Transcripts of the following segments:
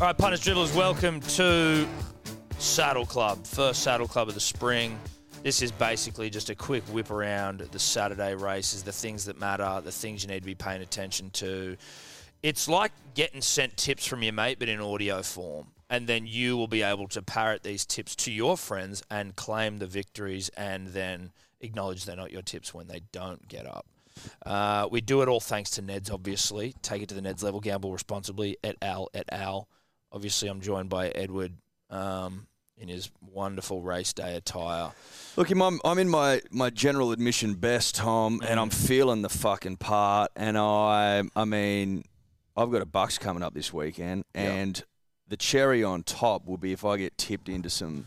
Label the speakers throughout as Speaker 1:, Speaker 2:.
Speaker 1: All right, punters, dribblers, welcome to Saddle Club, first Saddle Club of the spring. This is basically just a quick whip around the Saturday races, the things that matter, the things you need to be paying attention to. It's like getting sent tips from your mate, but in audio form. And then you will be able to parrot these tips to your friends and claim the victories and then acknowledge they're not your tips when they don't get up. Uh, we do it all thanks to Neds, obviously. Take it to the Neds level, gamble responsibly. Et al. Et al. Obviously, I'm joined by Edward um, in his wonderful race day attire.
Speaker 2: Look, I'm, I'm in my, my general admission best, Tom, and I'm feeling the fucking part. And I, I mean, I've got a Bucks coming up this weekend,
Speaker 1: Yeah.
Speaker 2: and the cherry on top will be if I get tipped into some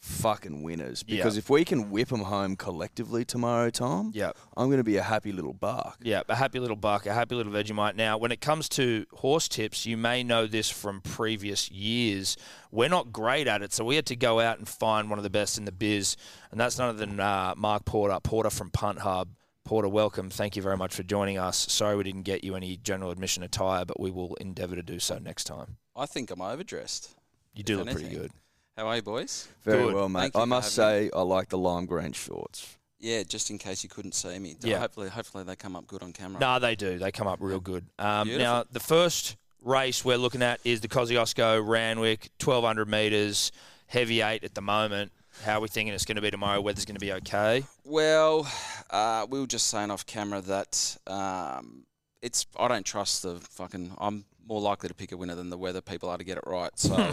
Speaker 2: fucking winners.
Speaker 1: Yeah.
Speaker 2: Because if we can whip them home collectively tomorrow, Tom,
Speaker 1: Yeah.
Speaker 2: I'm going to be a happy little buck.
Speaker 1: Yeah, a happy little buck, a happy little Vegemite. Now, when it comes to horse tips, you may know this from previous years. We're not great at it, so we had to go out and find one of the best in the biz, and that's none other than uh, Mark Porter, Porter from Punt Hub. Porter, welcome. Thank you very much for joining us. Sorry we didn't get you any general admission attire, but we will endeavour to do so next time.
Speaker 3: I think I'm overdressed.
Speaker 1: You do
Speaker 3: If
Speaker 1: look pretty
Speaker 3: anything.
Speaker 1: good.
Speaker 3: How are you, boys?
Speaker 2: Very
Speaker 1: Good.
Speaker 2: well, mate.
Speaker 3: Thank you
Speaker 2: I
Speaker 3: for
Speaker 2: must
Speaker 3: having
Speaker 2: say, I like the lime green shorts.
Speaker 3: Yeah, just in case you couldn't see me.
Speaker 1: Yeah.
Speaker 3: Yeah. Hopefully, hopefully they come up good on camera.
Speaker 1: No, they do. They come up real good. Um,
Speaker 3: Beautiful.
Speaker 1: now, the first race we're looking at is the Kosciuszko Ranwick, 1,200 metres, heavy eight at the moment. How are we thinking it's going to be tomorrow? Weather's going to be okay.
Speaker 3: Well, uh, we were just saying off camera that um, it's. I don't trust the fucking. I'm more likely to pick a winner than the weather people are to get it right. So.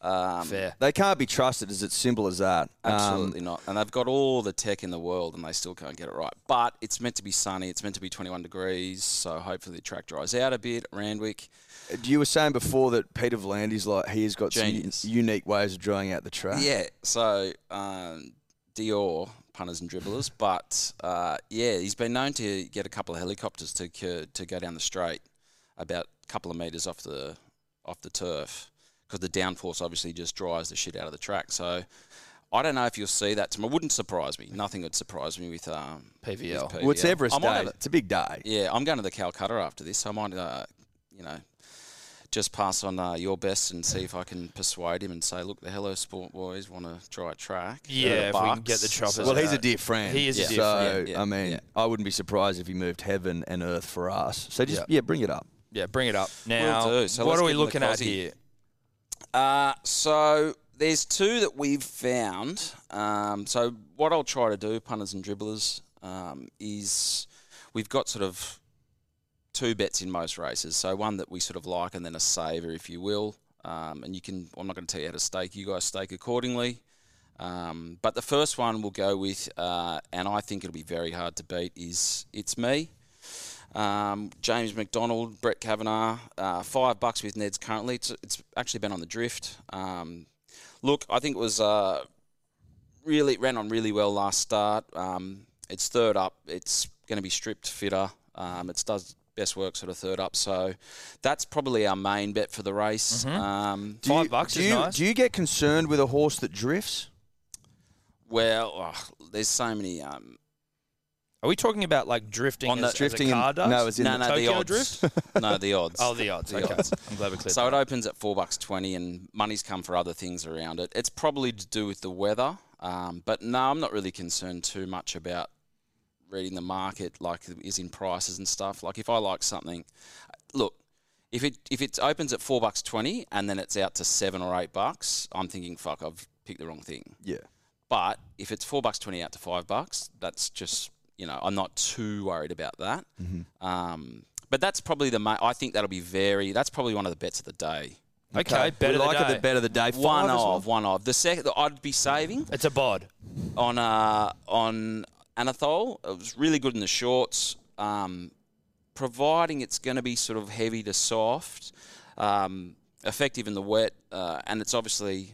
Speaker 3: Um,
Speaker 1: Fair.
Speaker 2: They can't be trusted. It's as simple as that. Um,
Speaker 3: Absolutely not. And they've got all the tech in the world and they still can't get it right. But it's meant to be sunny. It's meant to be 21 degrees. So hopefully the track dries out a bit. Randwick.
Speaker 2: You were saying before that Peter Vlandy's like he has got
Speaker 3: Genius.
Speaker 2: some u- unique ways of drying out the track.
Speaker 3: Yeah. So um, Dior, punters and dribblers. But uh, yeah, he's been known to get a couple of helicopters to, c- to go down the straight about a couple of metres off the, off the turf because the downforce obviously just dries the shit out of the track. So. I don't know if you'll see that tomorrow. Wouldn't surprise me. Nothing would surprise me with um,
Speaker 1: PVL.
Speaker 3: with
Speaker 2: Well, it's
Speaker 3: PVL.
Speaker 2: Everest
Speaker 3: I might
Speaker 2: Day.
Speaker 3: have a-
Speaker 2: It's a big day.
Speaker 3: Yeah, I'm going to the Calcutta after this. I might, uh, you know, just pass on uh, your best and see if I can persuade him and say, look, the Hello Sport boys want to try a track.
Speaker 1: Yeah,
Speaker 3: They're the
Speaker 1: if we can
Speaker 3: Barks."
Speaker 1: get the choppers
Speaker 2: Well,
Speaker 1: So-
Speaker 2: he's a dear friend.
Speaker 1: He is a
Speaker 3: Yeah. dear
Speaker 2: so,
Speaker 3: friend, yeah,
Speaker 2: I mean,
Speaker 3: yeah.
Speaker 2: I wouldn't be surprised if he moved heaven and earth for us. So just
Speaker 1: Yeah.
Speaker 2: yeah, bring it up.
Speaker 1: Yeah, bring it up. Now,
Speaker 3: do. So
Speaker 1: what
Speaker 3: let's
Speaker 1: are we
Speaker 3: give them the
Speaker 1: looking at
Speaker 3: Cozzy.
Speaker 1: here?
Speaker 3: Uh, so there's two that we've found. Um, so what I'll try to do, punters and dribblers, um, is we've got sort of two bets in most races. So one that we sort of like, and then a saver, if you will. Um, and you can. I'm not going to tell you how to stake. You guys stake accordingly. Um, but the first one we'll go with, uh, and I think it'll be very hard to beat. Is it's me. Um, James McDonald, Brett Kavanaugh, uh, five bucks with Neds currently. It's, it's actually been on the drift. Um, look, I think it was uh, really it ran on really well last start. Um, it's third up. It's going to be stripped fitter. Um, it does best work sort of third up. So that's probably our main bet for the race.
Speaker 1: Mm-hmm.
Speaker 3: Um,
Speaker 1: Five bucks
Speaker 2: do
Speaker 1: is
Speaker 2: you,
Speaker 1: nice.
Speaker 2: Do you get concerned with a horse that drifts?
Speaker 3: well, oh, there's so many. Um,
Speaker 1: Are we talking about like drifting
Speaker 3: On
Speaker 1: as,
Speaker 3: the-
Speaker 1: as
Speaker 2: Drifting
Speaker 1: a car
Speaker 2: in-
Speaker 1: does?
Speaker 2: no, it's in
Speaker 3: no,
Speaker 2: the
Speaker 3: no, the
Speaker 1: Tokyo
Speaker 3: odds. no, the odds.
Speaker 1: Oh, the odds.
Speaker 3: The
Speaker 1: okay.
Speaker 3: odds.
Speaker 1: I'm glad we cleared
Speaker 3: So
Speaker 1: that.
Speaker 3: it opens at four bucks twenty, and money's come for other things around it. It's probably to do with the weather, um, but no, I'm not really concerned too much about reading the market, like is in prices and stuff. Like if I like something, look, if it if it opens at four bucks twenty and then it's out to seven or eight bucks, I'm thinking fuck, I've picked the wrong thing.
Speaker 2: Yeah.
Speaker 3: But if it's four bucks twenty out to five bucks, that's just you know I'm not too worried about that.
Speaker 2: Mm-hmm.
Speaker 3: Um, but that's probably the ma- I think that'll be very. That's probably one of the bets of the day.
Speaker 1: okay, better than
Speaker 2: we like it the
Speaker 1: day.
Speaker 2: better the day.
Speaker 3: One
Speaker 2: Five as well.
Speaker 3: of one of the second. I'd be saving
Speaker 1: It's a bod.
Speaker 3: on uh, on Anathol. It was really good in the shorts. Um, providing it's going to be sort of heavy to soft, um, effective in the wet, uh, and it's obviously.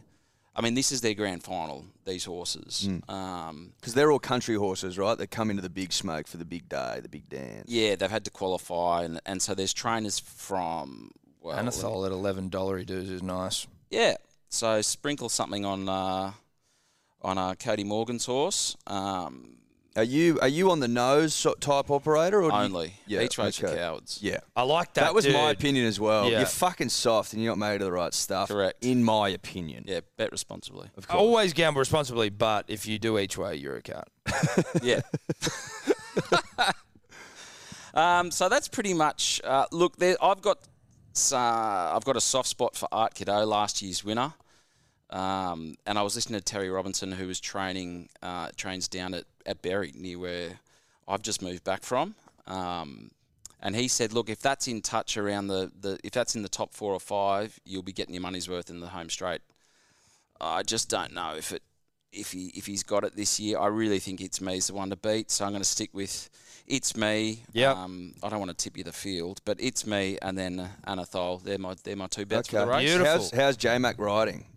Speaker 3: I mean, this is their grand final. These horses.
Speaker 2: Mm.
Speaker 3: Um,
Speaker 2: Because they're all country horses, right? They come into the big smoke for the big day, the big dance.
Speaker 3: Yeah, they've had to qualify, and, and so there's trainers from well,
Speaker 1: Anathol at eleven dollar he does is nice.
Speaker 3: yeah. So sprinkle something on uh, on uh, Cody Morgan's horse. Um,
Speaker 2: Are you are you on the nose so- type operator or do you-
Speaker 3: Only. Each race are cowards.
Speaker 2: Yeah.
Speaker 1: I like that.
Speaker 2: That, was my
Speaker 1: dude.
Speaker 2: opinion as well.
Speaker 1: Yeah.
Speaker 2: You're fucking soft and you're not made of the right stuff.
Speaker 3: Correct.
Speaker 2: In my opinion.
Speaker 3: Yeah, bet responsibly.
Speaker 2: Of course.
Speaker 1: Always gamble responsibly, but if you do each way, you're a cut.
Speaker 3: yeah. um, so that's pretty much. Uh, look, there, I've got uh, I've got a soft spot for Art Kiddo, last year's winner. Um, and I was listening to Terry Robinson, who was training uh, trains down at at Berry, near where I've just moved back from. Um, and he said, look, if that's in touch around the, the if that's in the top four or five, you'll be getting your money's worth in the home straight. I just don't know if it if he if he's got it this year. I really think it's me's the one to beat, so I'm going to stick with it's me.
Speaker 1: Yep.
Speaker 3: Um, I don't want to tip you the field, but it's me and then Anathol. They're my they're my two bets for the race.
Speaker 1: Beautiful.
Speaker 2: How's, how's J Mac riding?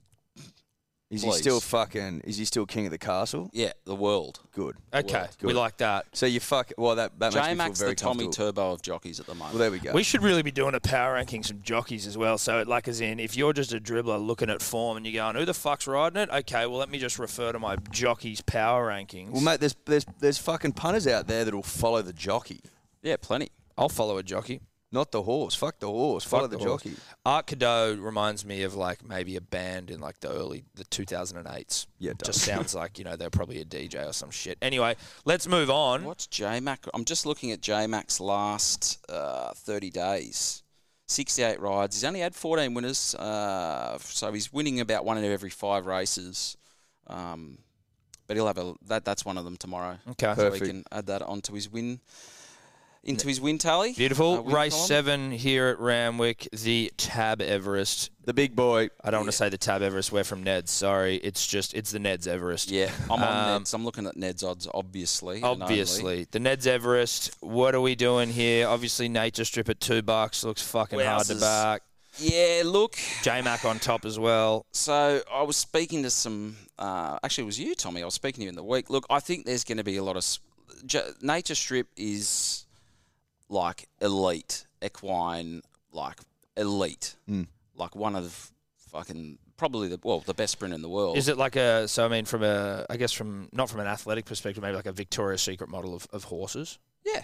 Speaker 2: Is
Speaker 3: Please.
Speaker 2: he still fucking? Is he still king of the castle?
Speaker 3: Yeah, the world.
Speaker 2: Good.
Speaker 1: Okay,
Speaker 2: Good.
Speaker 1: we like that.
Speaker 2: So you fuck. Well, that that makes
Speaker 3: J
Speaker 2: me feel
Speaker 3: Mac's
Speaker 2: very
Speaker 3: the Tommy
Speaker 2: comfortable.
Speaker 3: Turbo of jockeys at the moment.
Speaker 2: well, there we go.
Speaker 1: We should really be doing a power ranking some jockeys as well. So, like, as in, if you're just a dribbler looking at form and you're going, "Who the fuck's riding it?" Okay, well, let me just refer to my jockeys' power rankings.
Speaker 2: well, mate, there's there's there's fucking punters out there that'll follow the jockey,
Speaker 3: yeah, plenty.
Speaker 1: I'll follow a jockey.
Speaker 2: not the horse. Fuck the horse. Follow the,
Speaker 1: horse.
Speaker 2: jockey.
Speaker 1: Art Cadeau reminds me of like maybe a band in like the early the 2008s.
Speaker 2: Yeah, it does.
Speaker 1: just sounds like you know they're probably a DJ or some shit. Anyway, let's move
Speaker 2: Hmm?
Speaker 1: on.
Speaker 3: What's J Mac? I'm just looking at J Mac's last uh, 30 days. 68 rides. He's only had 14 winners, uh, so he's winning about one out of every five races. Um, but he'll have a that. That's one of them tomorrow.
Speaker 1: Okay,
Speaker 3: So
Speaker 2: Perfect.
Speaker 3: we can add that onto his win, into his win tally.
Speaker 1: beautiful
Speaker 3: Uh, win
Speaker 1: race
Speaker 3: column.
Speaker 1: seven here at Ramwick, the Tab Everest.
Speaker 2: The big boy.
Speaker 1: I don't want to say the Tab Everest. We're from Neds. Sorry, it's just it's the Neds Everest.
Speaker 3: Yeah, I'm on
Speaker 1: Um,
Speaker 3: Ned's. I'm looking at Ned's odds, obviously. and only.
Speaker 1: Obviously, the Ned's Everest. What are we doing here? Obviously, Nature Strip at two bucks looks fucking hard to
Speaker 3: Wowzers.
Speaker 1: back.
Speaker 3: Yeah, look.
Speaker 1: J Mac on top as well.
Speaker 3: So I was speaking to some. Uh, actually, it was you, Tommy. I was speaking to you in the week. Look, I think there's going to be a lot of s- J- nature strip is like elite equine, like elite,
Speaker 1: Hmm.
Speaker 3: like one of fucking probably the well the best sprint in the world.
Speaker 1: Is it like a? So I mean, from a, I guess from not from an athletic perspective, maybe like a Victoria's Secret model of, of horses.
Speaker 3: Yeah.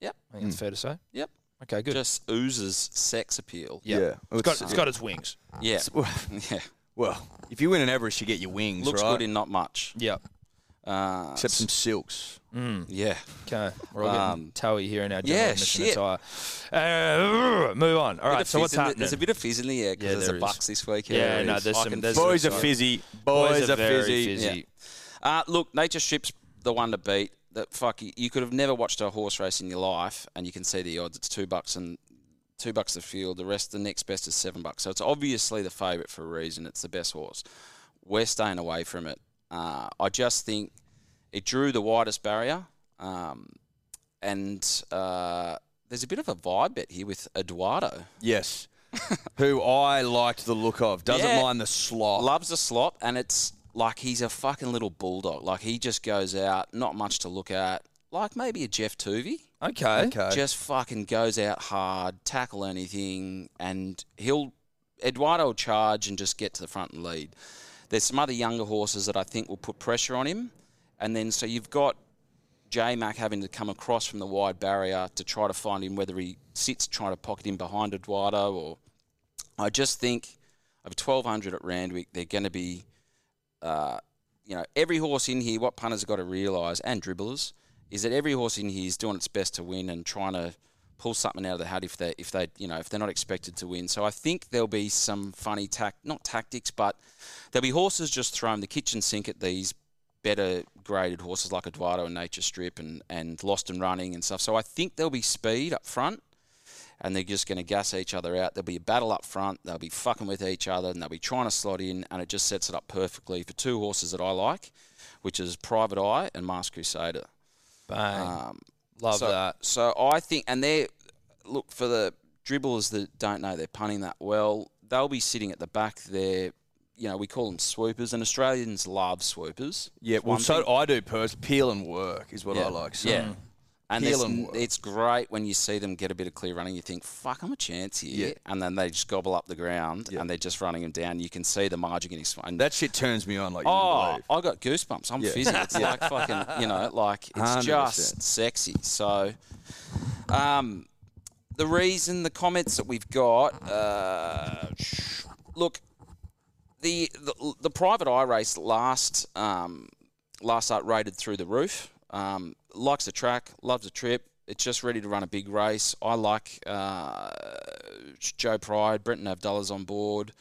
Speaker 3: Yep.
Speaker 1: I think it's fair to say.
Speaker 3: Hmm. Yep.
Speaker 1: Okay, good.
Speaker 3: Just oozes sex appeal.
Speaker 1: yeah,
Speaker 2: Yeah.
Speaker 1: it's
Speaker 2: It's-
Speaker 1: got it's got its wings.
Speaker 3: Yeah. yeah.
Speaker 2: Well, if you win an Everest, you get your wings,
Speaker 3: Looks
Speaker 2: right?
Speaker 3: good in not much.
Speaker 1: Yeah.
Speaker 3: Uh,
Speaker 2: Except some silks.
Speaker 3: yeah.
Speaker 1: Hmm. Okay, we're all getting
Speaker 3: Um,
Speaker 1: toey here in our general
Speaker 3: yeah,
Speaker 1: admission
Speaker 3: shit.
Speaker 1: attire. Uh, move on. All
Speaker 3: Bit
Speaker 1: right.
Speaker 3: of
Speaker 1: So
Speaker 3: fizz
Speaker 1: what's
Speaker 3: in the-
Speaker 1: happening?
Speaker 3: there's a bit of fizz in the air because
Speaker 1: Yeah,
Speaker 3: there's
Speaker 1: there
Speaker 3: a
Speaker 1: is.
Speaker 3: bucks this week.
Speaker 1: Yeah,
Speaker 3: there
Speaker 1: no,
Speaker 3: is.
Speaker 1: there's
Speaker 3: I
Speaker 1: some-
Speaker 3: can
Speaker 1: there's
Speaker 3: feel
Speaker 1: some
Speaker 3: it.
Speaker 2: Boys are
Speaker 1: sorry.
Speaker 2: fizzy.
Speaker 1: Boys
Speaker 2: Boys,
Speaker 1: are
Speaker 2: are
Speaker 1: very
Speaker 2: fizzy.
Speaker 1: fizzy.
Speaker 3: Uh, look, Nature Strip's the one to beat. That fuck you, you could have never watched a horse race in your life, and you can see the odds. It's two bucks and two bucks the field. The rest, the next best is seven bucks. So it's obviously the favourite for a reason. It's the best horse. We're staying away from it. Uh, I just think it drew the widest barrier, um, and uh, there's a bit of a vibe bet here with Eduardo.
Speaker 2: Yes. Who I liked the look of. Doesn't
Speaker 3: Yeah.
Speaker 2: mind the slop.
Speaker 3: loves a slop, and it's like he's a fucking little bulldog. Like he just goes out, not much to look at. Like maybe a Jeff Toovey,
Speaker 1: Okay.
Speaker 2: okay.
Speaker 3: just fucking goes out hard, tackle anything, and he'll Eduardo will charge and just get to the front and lead. There's some other younger horses that I think will put pressure on him, and then so you've got J Mac having to come across from the wide barrier to try to find him, whether he sits trying to pocket him behind Eduardo or. I just think over 1200 at Randwick, they're going to be, uh, you know, every horse in here, what punters have got to realise and dribblers is that every horse in here is doing its best to win and trying to pull something out of the hat if they if they you know if they're not expected to win. So I think there'll be some funny tact not tactics, but there'll be horses just throwing the kitchen sink at these better graded horses like Eduardo and Nature Strip and, and Lost and Running and stuff. So I think there'll be speed up front and they're just going to gas each other out. There'll be a battle up front. They'll be fucking with each other, and they'll be trying to slot in, and it just sets it up perfectly for two horses that I like, which is Private Eye and Mask Crusader.
Speaker 1: Bang.
Speaker 3: Um,
Speaker 1: Love
Speaker 3: so,
Speaker 1: that.
Speaker 3: So I think, and they look for the dribblers that don't know they're punting that well. They'll be sitting at the back there. You know, we call them swoopers, and Australians love swoopers.
Speaker 2: Yeah,
Speaker 3: It's
Speaker 2: well,
Speaker 3: one
Speaker 2: so I do. Pers- peel and work is what
Speaker 3: yeah.
Speaker 2: I like. So.
Speaker 3: Yeah. And there's
Speaker 2: Healing
Speaker 3: n-
Speaker 2: work.
Speaker 3: it's great when you see them get a bit of clear running. You think, "Fuck, I'm a chance here,"
Speaker 2: Yeah.
Speaker 3: and then they just gobble up the ground
Speaker 2: Yeah.
Speaker 3: and they're just running him down. You can see the margin in his face.
Speaker 2: That shit turns me on like you wouldn't
Speaker 3: Oh,
Speaker 2: believe.
Speaker 3: I got goosebumps. I'm
Speaker 2: Yeah.
Speaker 3: fizzy. It's like fucking, you know, like it's
Speaker 2: 100%.
Speaker 3: just sexy. So, um, the reason, the comments that we've got, uh, sh- look, the, the the private eye race last um, last art rated through the roof. Um, likes the track, loves the trip. It's just ready to run a big race. I like uh, Joe Pride. Brenton Abdullah's on board.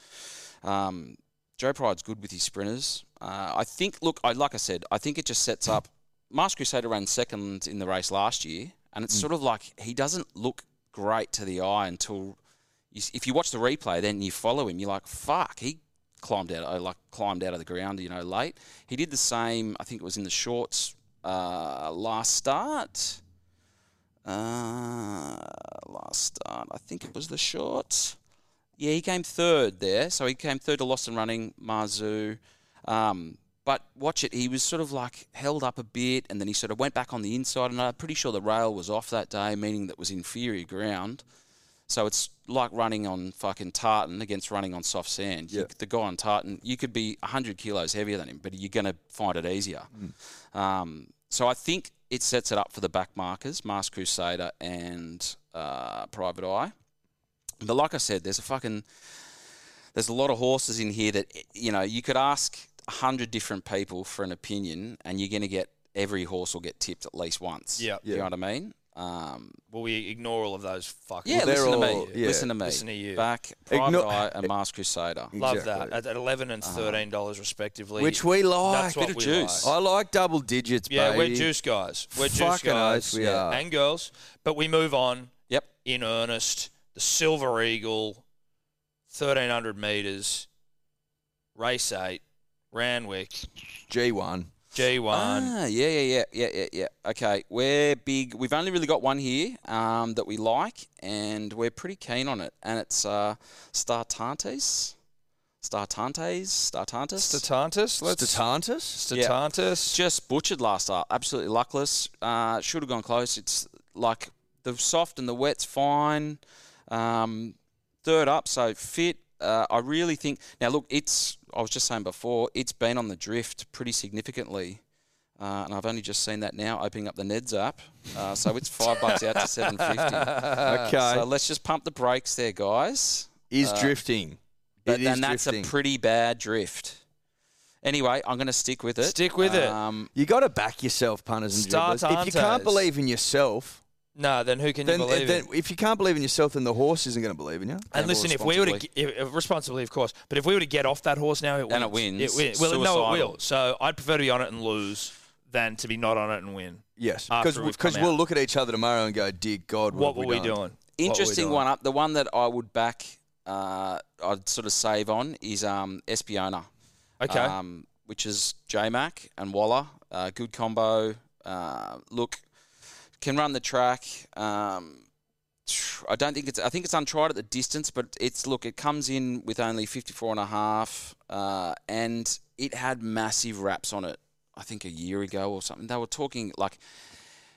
Speaker 3: Um, Joe Pride's good with his sprinters. Uh, I think, look, I like I said, I think it just sets up. Mars Crusader ran second in the race last year, and it's sort of like he doesn't look great to the eye until you, if you watch the replay, then you follow him. You're like, fuck, he climbed out, I like climbed out of the ground, you know, late. He did the same. I think it was in the shorts uh, last start. Uh, last start, I think it was the shorts. Yeah, he came third there. So he came third to Lost and Running, Marzu. Um, but watch it, he was sort of like held up a bit and then he sort of went back on the inside. And I'm pretty sure the rail was off that day, meaning that was inferior ground. So it's like running on fucking tartan against running on soft sand. You-
Speaker 2: Yeah.
Speaker 3: the guy on tartan, you could be 100 kilos heavier than him, but you're going to find it easier. Um, so I think it sets it up for the back markers, Mars Crusader and uh, Private Eye. But like I said, there's a fucking there's a lot of horses in here that you know you could ask hundred different people for an opinion, and you're going to get every horse will get tipped at least once.
Speaker 1: Yeah.
Speaker 3: you know what I mean. Um,
Speaker 1: Well, we ignore all of those fuckers.
Speaker 3: yeah,
Speaker 2: they're
Speaker 3: listen
Speaker 2: all-
Speaker 3: to me.
Speaker 2: yeah.
Speaker 3: Listen to me.
Speaker 1: Listen to you.
Speaker 3: Back Private
Speaker 2: Igno-
Speaker 3: Eye and Mars Crusader.
Speaker 1: Love
Speaker 2: Exactly. Uh-huh.
Speaker 1: that. At, at 11 and $13 respectively.
Speaker 2: Which we like.
Speaker 1: That's what
Speaker 3: of
Speaker 1: we
Speaker 3: juice.
Speaker 1: like.
Speaker 2: I like double digits,
Speaker 1: Yeah,
Speaker 2: baby.
Speaker 1: we're juice guys. We're juice
Speaker 2: Fucking
Speaker 1: guys.
Speaker 2: oath we are.
Speaker 1: And girls. But we move on
Speaker 3: Yep.
Speaker 1: in earnest. The Silver Eagle, 1,300 metres, race 8, Ranwick,
Speaker 2: G1.
Speaker 1: G1.
Speaker 3: Ah, yeah, yeah, yeah, yeah, yeah, yeah. Okay, we're big. We've only really got one here um, that we like, and we're pretty keen on it. And it's uh, Startantes. Startantes? Startantes?
Speaker 1: Statantis. Let's.
Speaker 2: Statantis?
Speaker 1: Statantis.
Speaker 3: Just butchered last start. Absolutely luckless. Uh, Should have gone close. It's like the soft and the wet's fine. Um, third up, so fit. Uh, I really think. Now, look, it's. I was just saying before, it's been on the drift pretty significantly. Uh, and I've only just seen that now opening up the Neds app. Uh, so it's five bucks out to 750.
Speaker 2: Okay.
Speaker 3: So let's just pump the brakes there, guys.
Speaker 2: Uh, is
Speaker 1: Uh,
Speaker 2: drifting.
Speaker 3: But
Speaker 2: it is
Speaker 3: then that's
Speaker 2: drifting.
Speaker 3: a pretty bad drift. Anyway, I'm going to stick with it.
Speaker 1: Stick with it.
Speaker 3: Um,
Speaker 2: you got to back yourself, punters and
Speaker 1: Start
Speaker 2: dribblers. If you can't
Speaker 1: Antes.
Speaker 2: believe in yourself,
Speaker 1: No, then who can
Speaker 2: then,
Speaker 1: you believe
Speaker 2: then
Speaker 1: it?
Speaker 2: if you can't believe in yourself, then the horse isn't going to believe in you.
Speaker 1: And
Speaker 3: Gamble
Speaker 1: listen, if we were to
Speaker 3: responsibly.
Speaker 1: if, if- responsibly, of course, but if we were to get off that horse now, it wins.
Speaker 3: And it wins.
Speaker 1: wi- Well, no, it
Speaker 3: Suicidal.
Speaker 1: will. So I'd prefer to be on it and lose than to be not on it and win.
Speaker 2: Yes,
Speaker 1: After
Speaker 2: because
Speaker 1: we've come
Speaker 2: we'll
Speaker 1: out.
Speaker 2: look at each other tomorrow and go, "Dear God,
Speaker 1: What,
Speaker 2: what,
Speaker 1: were
Speaker 2: have
Speaker 1: we
Speaker 2: done?"
Speaker 1: doing?
Speaker 3: Interesting
Speaker 1: one.
Speaker 3: one up. The one that I would back, uh, I'd sort of save on is um, Espiona,
Speaker 1: Okay.
Speaker 3: um, which is JMac and Waller. Uh, good combo. Uh, look, can run the track. Um, tr- I don't think it's. I think it's untried at the distance, but it's look. It comes in with only 54 and a half, uh, and it had massive wraps on it. I think a year ago or something. They were talking like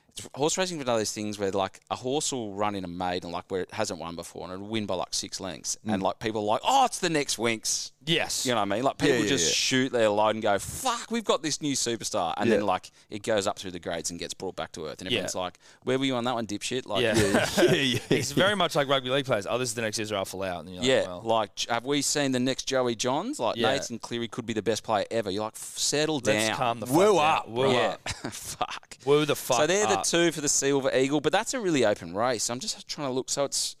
Speaker 3: it's- horse racing is one of those things where like a horse will run in a maiden like where it hasn't won before and it'll win by like six lengths and like people are like oh it's the next winks
Speaker 1: yes.
Speaker 3: you know what I mean like people
Speaker 2: yeah,
Speaker 3: just
Speaker 2: yeah.
Speaker 3: shoot their load and go fuck we've got this new superstar and then
Speaker 2: Yeah.
Speaker 3: like it goes up through the grades and gets brought back to earth and everyone's like where were you on that one dipshit like
Speaker 1: yeah.
Speaker 2: yeah, yeah,
Speaker 1: it's very much like rugby league players. Oh, this is the next Israel Folau. And you're like,
Speaker 3: Yeah,
Speaker 1: Oh, well,
Speaker 3: like have we seen the next Joey Johns? Like
Speaker 1: Yeah.
Speaker 3: Nathan Cleary could be the best player ever. You're like, "F- settle
Speaker 1: let's
Speaker 3: down.
Speaker 1: calm the fuck
Speaker 2: Woo
Speaker 1: down.
Speaker 2: up,
Speaker 1: Woo
Speaker 3: yeah,
Speaker 1: up.
Speaker 3: fuck.
Speaker 1: Woo the fuck
Speaker 3: So they're the
Speaker 1: up.
Speaker 3: two for the Silver Eagle, but that's a really open race. I'm just trying to look. So it's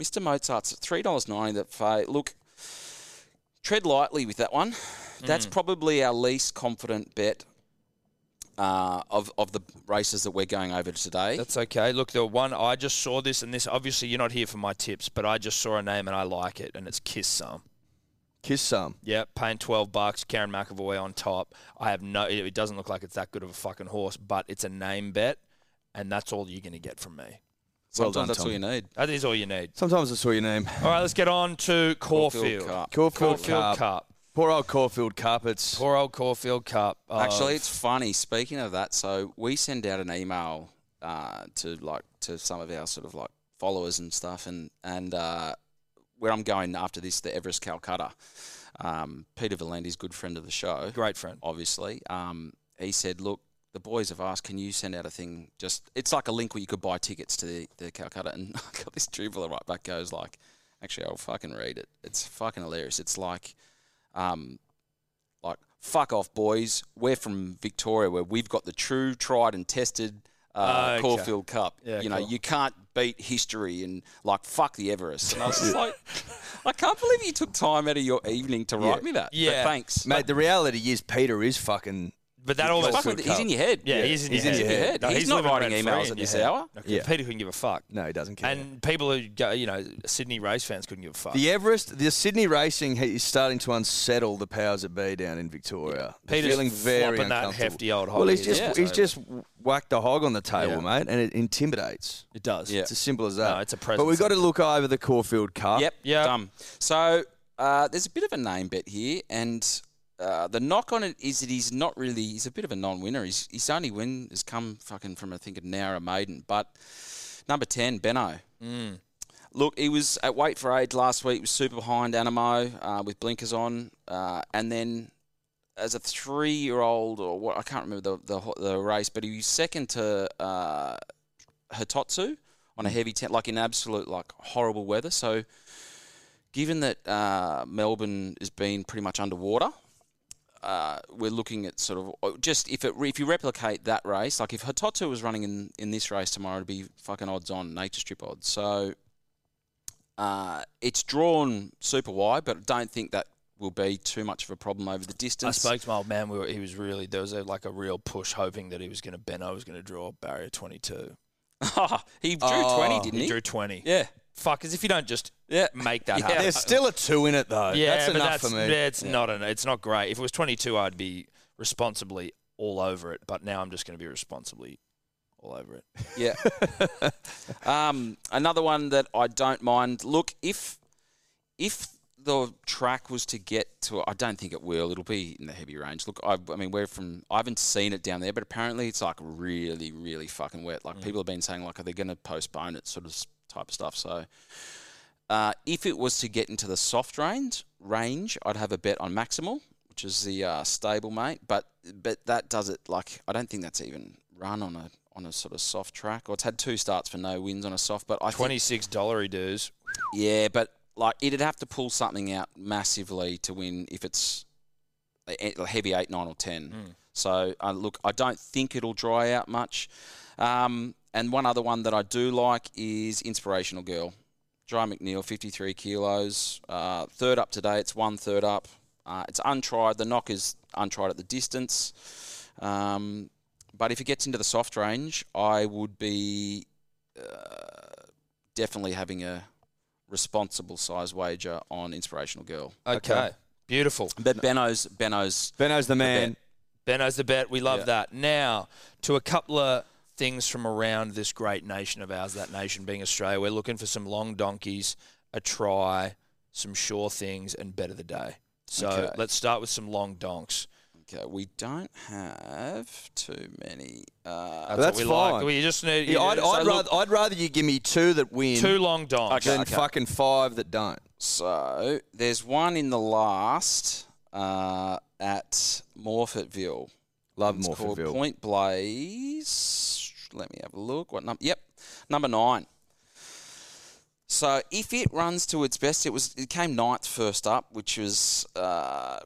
Speaker 3: Mr. Mozart's at three dollars ninety. That fa- look, tread lightly with that one. That's probably our least confident bet uh, of of the races that we're going over today.
Speaker 1: That's okay. Look, the one I just saw this, and this obviously you're not here for my tips, but I just saw a name and I like it, and it's Kiss Some.
Speaker 2: kiss some.
Speaker 1: Yeah, paying twelve bucks. Karen McAvoy on top. I have no. It it doesn't look like it's that good of a fucking horse, but it's a name bet, and that's all you're gonna get from me.
Speaker 2: Well
Speaker 3: Sometimes
Speaker 2: done,
Speaker 3: that's all
Speaker 2: Tom.
Speaker 3: you need.
Speaker 1: That is all you need.
Speaker 2: Sometimes I saw your name.
Speaker 1: All right, let's get on to Caulfield.
Speaker 3: Cup.
Speaker 2: Caulfield
Speaker 1: Caulfield
Speaker 2: Cup.
Speaker 1: Cup.
Speaker 2: Poor old Caulfield carpets.
Speaker 1: Poor old Caulfield Cup. Uh,
Speaker 3: Actually, it's funny. Speaking of that, so we send out an email uh, to like to some of our sort of like followers and stuff, and and uh, where I'm going after this, the Everest Calcutta. Um, Peter Valandy's good friend of the show,
Speaker 1: Great friend.
Speaker 3: Oh, obviously. Um, he said, "Look, the boys have asked, can you send out a thing? Just it's like a link where you could buy tickets to the, the Calcutta." And I got this dribbler right back goes like, "Actually, I'll fucking read it. It's fucking hilarious. It's like, um, like fuck off, boys. We're from Victoria, where we've got the true, tried, and tested." Uh,
Speaker 1: Oh, Okay.
Speaker 3: Caulfield Cup.
Speaker 1: Yeah,
Speaker 3: you know,
Speaker 1: cool.
Speaker 3: you can't beat history and like fuck the Everest. And I was just like, I can't believe you took time out of your evening to write
Speaker 2: Yeah.
Speaker 3: me that. But
Speaker 1: Yeah.
Speaker 3: thanks.
Speaker 2: Mate, the reality is Peter is fucking.
Speaker 1: But that
Speaker 3: He's,
Speaker 1: almost
Speaker 3: fucking- he's in your head.
Speaker 1: yeah, he's in
Speaker 2: He's
Speaker 1: your
Speaker 2: in
Speaker 1: head.
Speaker 2: your
Speaker 3: head.
Speaker 1: No,
Speaker 3: He's not
Speaker 1: living
Speaker 3: writing
Speaker 1: rent-free
Speaker 3: emails
Speaker 1: in your
Speaker 3: at this
Speaker 1: head.
Speaker 3: hour.
Speaker 1: Okay,
Speaker 2: Yeah.
Speaker 1: Peter couldn't give a fuck.
Speaker 2: No, he doesn't care.
Speaker 1: And people who go, you know, Sydney race fans couldn't give a fuck.
Speaker 2: the Everest, the Sydney racing he- is starting to unsettle the powers that be down in Victoria. They're
Speaker 1: Peter's
Speaker 2: feeling very
Speaker 1: flopping that
Speaker 2: uncomfortable.
Speaker 1: hefty old
Speaker 2: Well,
Speaker 1: hog
Speaker 2: he's
Speaker 1: in
Speaker 2: just
Speaker 1: his
Speaker 2: he's
Speaker 1: table.
Speaker 2: just whacked a hog on the table,
Speaker 3: Yeah.
Speaker 2: mate, and it intimidates.
Speaker 1: It does.
Speaker 3: Yeah.
Speaker 2: It's as simple as that.
Speaker 1: No, it's a
Speaker 2: But
Speaker 1: presence
Speaker 2: we've got to look over the Caulfield Cup.
Speaker 3: Yep.
Speaker 1: Yeah.
Speaker 3: Dumb. So uh, there's a bit of a name bet here, and uh, the knock on it is that he's not really. He's a bit of a non-winner. He's, his only win has come fucking from I think a Nara maiden. But number ten, Benno.
Speaker 1: Mm.
Speaker 3: Look, he was at Wait for Aid last week. Was super behind Animo uh, with blinkers on, uh, and then as a three-year-old or what I can't remember the the, ho- the race, but he was second to uh, Hitotsu on a heavy tent, like in absolute like horrible weather. So, given that uh, Melbourne has been pretty much underwater. Uh, we're looking at sort of oh, just if it re- if you replicate that race, like if Hitotsu was running in, in this race tomorrow, it'd be fucking odds on nature strip odds. So uh, it's drawn super wide, but I don't think that will be too much of a problem over the
Speaker 1: I
Speaker 3: distance.
Speaker 1: spoke to my old man. We were, he was really there was a, like a real push, hoping that he was going to Benno was going to draw barrier twenty two.
Speaker 3: he drew
Speaker 2: Oh,
Speaker 3: twenty, didn't
Speaker 1: He
Speaker 3: he?
Speaker 1: drew twenty.
Speaker 3: yeah,
Speaker 1: Fuck, as if you don't just
Speaker 3: yeah.
Speaker 1: make that
Speaker 3: Yeah.
Speaker 1: happen.
Speaker 2: There's still a two in it though.
Speaker 1: yeah,
Speaker 2: that's
Speaker 1: but
Speaker 2: enough for me.
Speaker 1: It's not an, It's not great. If it was twenty two, I'd be responsibly all over it. But now I'm just going to be responsibly all over it.
Speaker 3: Yeah. um, another one that I don't mind. Look, if if the track was to get to, I don't think it will. It'll be in the heavy range. Look, I, I mean, we're from. I haven't seen it down there, but apparently it's like really, really fucking wet. Like people have been saying, like, are they going to postpone it, sort of s- type of stuff. So. Uh, if it was to get into the soft range, range, I'd have a bet on Maximal, which is the uh, stable mate. But but that does it. Like I don't think that's even run on a on a sort of soft track. Or it's had two starts for no wins on a soft. But I think
Speaker 1: Twenty six dollary dues.
Speaker 3: yeah, but like it'd have to pull something out massively to win if it's a a heavy eight, nine, or ten. So uh, look, I don't think it'll dry out much. Um, and one other one that I do like is Inspirational Girl, Dry McNeil, fifty-three kilos, uh, third up today. It's one third up. Uh, it's untried. The knock is untried at the distance. Um, but if it gets into the soft range, I would be uh, definitely having a responsible size wager on Inspirational Girl.
Speaker 1: Okay. Beautiful.
Speaker 3: But Benno's Benno's
Speaker 2: Benno's the man.
Speaker 1: Benno's the bet. We love
Speaker 3: Yeah.
Speaker 1: that. Now, to a couple of things from around this great nation of ours, that nation being Australia, we're looking for some long donkeys, a try, some sure things, and bet of the day. So
Speaker 3: Okay.
Speaker 1: let's start with some long donks.
Speaker 3: okay. We don't have too many. Uh,
Speaker 1: That's,
Speaker 2: That's
Speaker 1: what we like.
Speaker 2: fine.
Speaker 1: We just need
Speaker 2: Yeah, I'd,
Speaker 1: so
Speaker 2: I'd,
Speaker 1: look,
Speaker 2: rather, I'd rather you give me two that win
Speaker 1: two long donks.
Speaker 2: than
Speaker 3: Okay.
Speaker 2: fucking five that don't.
Speaker 3: so there's one in the last uh, at Morfettville.
Speaker 2: Love
Speaker 3: It's called
Speaker 2: Morphinville.
Speaker 3: Point Blaze. Let me have a look. What number? Yep, number nine. So if it runs to its best, it was it came ninth first up, which was uh,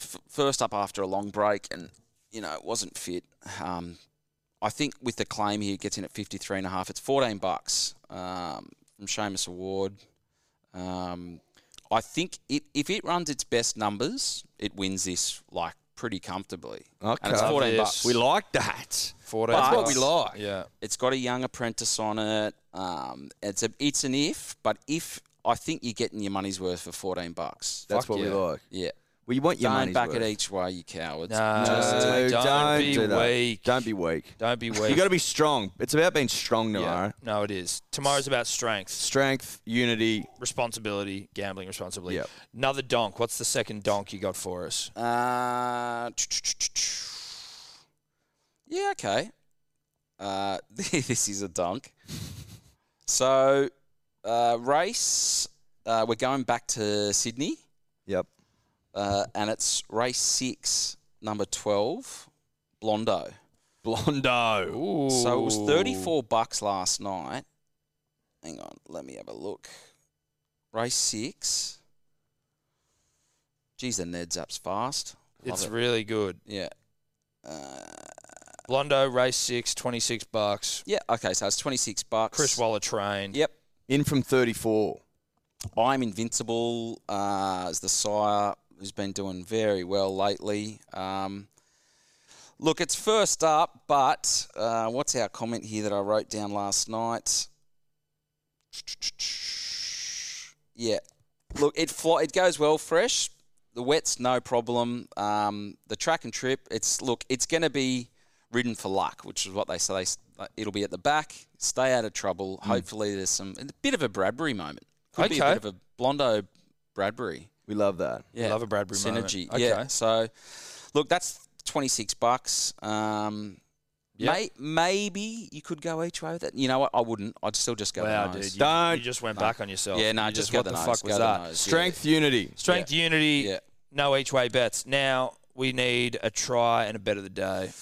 Speaker 3: f- first up after a long break, and you know it wasn't fit. Um, I think with the claim here, it gets in at fifty three and a half. It's fourteen bucks um, from Seamus Award. Um, I think it if it runs its best numbers, it wins this like pretty comfortably.
Speaker 2: Okay.
Speaker 3: and it's
Speaker 1: Love
Speaker 3: fourteen
Speaker 1: this.
Speaker 3: bucks.
Speaker 2: We like that.
Speaker 1: 14
Speaker 3: That's what
Speaker 1: bucks.
Speaker 3: we
Speaker 2: like.
Speaker 1: Yeah.
Speaker 3: It's got a young apprentice on it. Um, it's a it's an if, but if I think you're getting your money's worth for fourteen bucks.
Speaker 2: That's
Speaker 1: Fuck
Speaker 2: what we
Speaker 1: yeah.
Speaker 2: like.
Speaker 3: yeah,
Speaker 2: We want your
Speaker 3: don't
Speaker 2: money's
Speaker 3: back
Speaker 2: worth.
Speaker 3: it each way, you cowards.
Speaker 1: No,
Speaker 3: Just-
Speaker 1: don't,
Speaker 2: don't
Speaker 1: be
Speaker 2: do that.
Speaker 1: weak.
Speaker 2: Don't be weak.
Speaker 1: Don't be weak.
Speaker 2: You got to be strong. It's about being strong
Speaker 1: Yeah.
Speaker 2: tomorrow.
Speaker 1: No, it is. Tomorrow's about strength,
Speaker 2: Strength, unity.
Speaker 1: responsibility, gambling responsibly.
Speaker 2: Yep.
Speaker 1: Another donk. What's the second donk you got for us?
Speaker 3: Uh, yeah, okay. Uh, this is a dunk. So, uh, race, uh, we're going back to Sydney,
Speaker 2: Yep.
Speaker 3: uh, and it's race six, number 12, Blondo.
Speaker 2: Blondo.
Speaker 1: Ooh.
Speaker 3: So it was 34 bucks last night. Hang on, let me have a look. Race six. Geez, the Ned's up's fast. Love
Speaker 1: It's
Speaker 3: it.
Speaker 1: really good.
Speaker 3: yeah. Uh,
Speaker 1: Blondo race six, 26 bucks.
Speaker 3: yeah, okay, so it's 26 bucks.
Speaker 1: Chris Waller trained.
Speaker 3: Yep.
Speaker 2: In from 34.
Speaker 3: I'm Invincible uh, as the sire who's been doing very well lately. Um, look, it's first up, but uh, what's our comment here that I wrote down last night? Yeah, look, it fly, it goes well fresh. The wet's no problem. Um, the track and trip, it's look, it's going to be ridden for luck, which is what they say. It'll be at the back. Stay out of trouble. Hopefully, there's some a bit of a Bradbury moment. Could be a
Speaker 1: Okay.
Speaker 3: bit of a Blondo Bradbury.
Speaker 2: We love that.
Speaker 3: Yeah,
Speaker 1: Love a Bradbury moment.
Speaker 3: synergy.
Speaker 1: Okay.
Speaker 3: Yeah. So, look, that's twenty six bucks. Um,
Speaker 1: Yep.
Speaker 3: may, maybe you could go each way with that. You know what? I wouldn't. I'd still just go.
Speaker 1: Wow,
Speaker 3: the
Speaker 1: dude.
Speaker 3: nose.
Speaker 1: You,
Speaker 2: Don't-
Speaker 1: you just went back on yourself.
Speaker 3: Yeah, no,
Speaker 1: You
Speaker 3: just,
Speaker 1: just
Speaker 3: go
Speaker 1: what
Speaker 3: the
Speaker 1: the
Speaker 3: nose,
Speaker 1: fuck
Speaker 3: go
Speaker 1: was
Speaker 3: the
Speaker 1: that?
Speaker 3: nose, yeah.
Speaker 2: Strength unity.
Speaker 1: Strength unity,
Speaker 3: Yeah.
Speaker 1: no each way bets. Now we need a try and a bet of the day.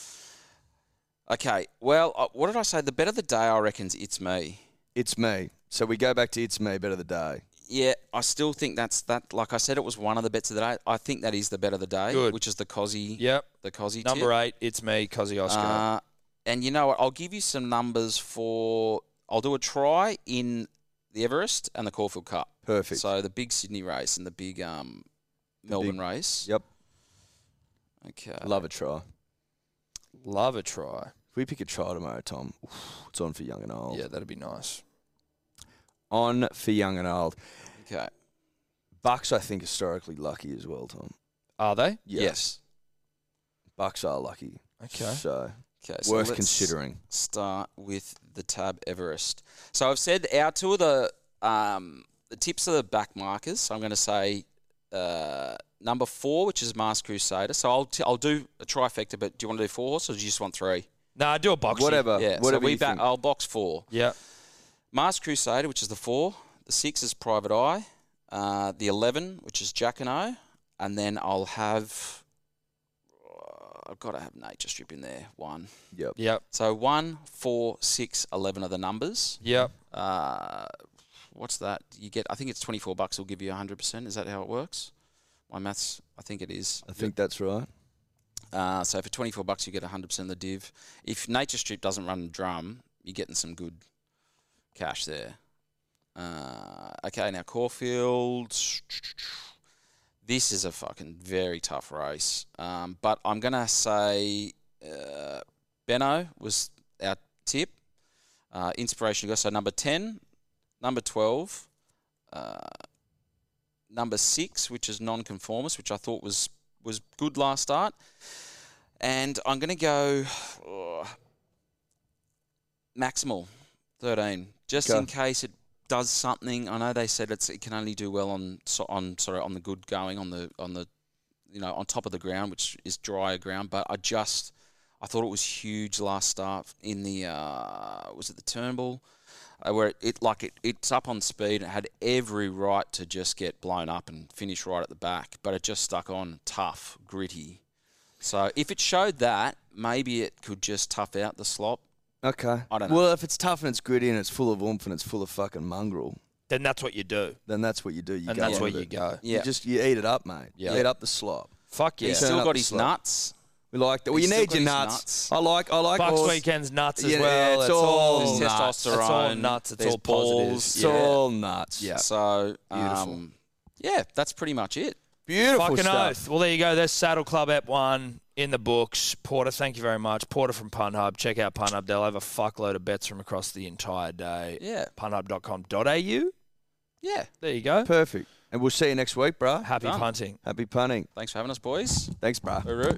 Speaker 3: Okay. Well, uh, what did I say? The better the day, I reckon's it's me.
Speaker 2: It's me. So we go back to it's me, better the day.
Speaker 3: Yeah, I still think that's that. Like I said, it was one of the bets of the day. I think that is the bet of the day,
Speaker 1: Good.
Speaker 3: which is the Cozzy.
Speaker 1: Yep.
Speaker 3: The Cozzy tip.
Speaker 1: Number eight, it's me, Cozzy Oscar.
Speaker 3: Uh, and you know what? I'll give you some numbers for. I'll do a try in the Everest and the Caulfield Cup.
Speaker 2: Perfect.
Speaker 3: So the big Sydney race and the big um, Melbourne race.
Speaker 2: Yep.
Speaker 3: Okay.
Speaker 2: Love a try.
Speaker 1: Love a try.
Speaker 2: If we pick a try tomorrow, Tom, oof, it's on for young and old.
Speaker 1: Yeah, that'd be nice.
Speaker 2: On for young and old.
Speaker 3: Okay.
Speaker 2: Bucks, I think, historically lucky as well, Tom.
Speaker 1: Are they?
Speaker 2: Yeah.
Speaker 3: Yes.
Speaker 2: Bucks are lucky.
Speaker 1: Okay.
Speaker 2: So,
Speaker 3: Okay. so
Speaker 2: worth
Speaker 3: let's
Speaker 2: considering.
Speaker 3: Start with the Tab Everest. So I've said our two of the um, the tips are the back markers. So I'm going to say uh, number four, which is Mars Crusader. So I'll t- I'll do a trifecta. But do you want to do four horse or do you just want three?
Speaker 1: Nah, do a box.
Speaker 2: Whatever.
Speaker 3: Yeah,
Speaker 2: whatever
Speaker 3: so we
Speaker 2: you
Speaker 3: back.
Speaker 2: think.
Speaker 3: I'll box four.
Speaker 1: Yeah.
Speaker 3: Mars Crusader, which is the four. The six is Private Eye. Uh, the eleven, which is Jack and O. And then I'll have. uh, I've got to have Nature Strip in there. One.
Speaker 2: Yep.
Speaker 1: Yep.
Speaker 3: So one, four, six, eleven are the numbers.
Speaker 1: Yep.
Speaker 3: Uh, what's that? You get. I think it's twenty-four bucks. Will give you hundred percent. Is that how it works? My maths. I think it is.
Speaker 2: I think that's right.
Speaker 3: Uh, so for 24 bucks, you get 100% of the div. If Nature Strip doesn't run drum, you're getting some good cash there. Uh, okay, now Caulfield. This is a fucking very tough race. Um, but I'm going to say uh, Benno was our tip. Uh, inspiration goes. So number 10, number 12, uh, number 6, which is nonconformist, which I thought was, was good last start. And I'm going to go oh, maximal 13, just
Speaker 2: Okay.
Speaker 3: in case it does something. I know they said it's it can only do well on so, on sorry on the good going on the on the you know on top of the ground, which is drier ground. But I just I thought it was huge last start in the uh, was it the Turnbull uh, where it, it like it, it's up on speed. It had every right to just get blown up and finish right at the back, but it just stuck on tough, gritty. So if it showed that, maybe it could just tough out the slop.
Speaker 2: Okay.
Speaker 3: I don't know.
Speaker 2: Well, if it's tough and it's gritty and it's full of oomph and it's full of fucking mongrel,
Speaker 1: Then that's what you do.
Speaker 2: then that's what you do. You
Speaker 1: And
Speaker 2: go
Speaker 1: that's
Speaker 2: on
Speaker 1: where
Speaker 2: with
Speaker 1: you
Speaker 2: it.
Speaker 1: go.
Speaker 3: Yeah.
Speaker 2: You just you eat it up, mate.
Speaker 1: Yeah.
Speaker 2: Eat up the slop.
Speaker 1: Fuck yeah.
Speaker 3: He's
Speaker 2: Turn
Speaker 3: still
Speaker 2: up
Speaker 3: got
Speaker 2: the
Speaker 3: his
Speaker 2: slot.
Speaker 3: nuts.
Speaker 2: We like that. Well, you
Speaker 3: He's still
Speaker 2: need
Speaker 3: got
Speaker 2: your
Speaker 3: his
Speaker 2: nucks.
Speaker 3: nuts.
Speaker 2: I like I like
Speaker 1: Bucks
Speaker 2: horse-
Speaker 1: weekend's nuts as
Speaker 2: Yeah,
Speaker 1: well.
Speaker 2: it's
Speaker 1: It's all,
Speaker 2: all
Speaker 1: nuts. It's
Speaker 2: nuts.
Speaker 1: all
Speaker 3: Testosterone,
Speaker 1: nuts. It's
Speaker 3: there's
Speaker 1: all positives.
Speaker 3: balls.
Speaker 2: It's
Speaker 1: Yeah.
Speaker 2: all nuts.
Speaker 1: Yeah.
Speaker 3: So
Speaker 2: Beautiful.
Speaker 3: um, yeah, that's pretty much it.
Speaker 2: Beautiful
Speaker 1: Fucking
Speaker 2: stuff.
Speaker 1: oath. Well, there you go. There's Saddle Club App 1 in the books. Porter, thank you very much. Porter from Pun Hub. Check out Pun Hub. They'll have a fuckload of bets from across the entire day.
Speaker 3: Yeah,
Speaker 1: Punhub.com.au.
Speaker 3: yeah.
Speaker 1: There you go.
Speaker 2: Perfect. And we'll see you next week, bruh.
Speaker 1: Happy
Speaker 3: Done.
Speaker 1: punting.
Speaker 2: Happy punning.
Speaker 3: Thanks for having us, boys.
Speaker 2: Thanks, bruh.
Speaker 3: Hooroo.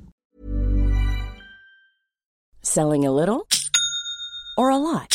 Speaker 4: Selling a little or a lot?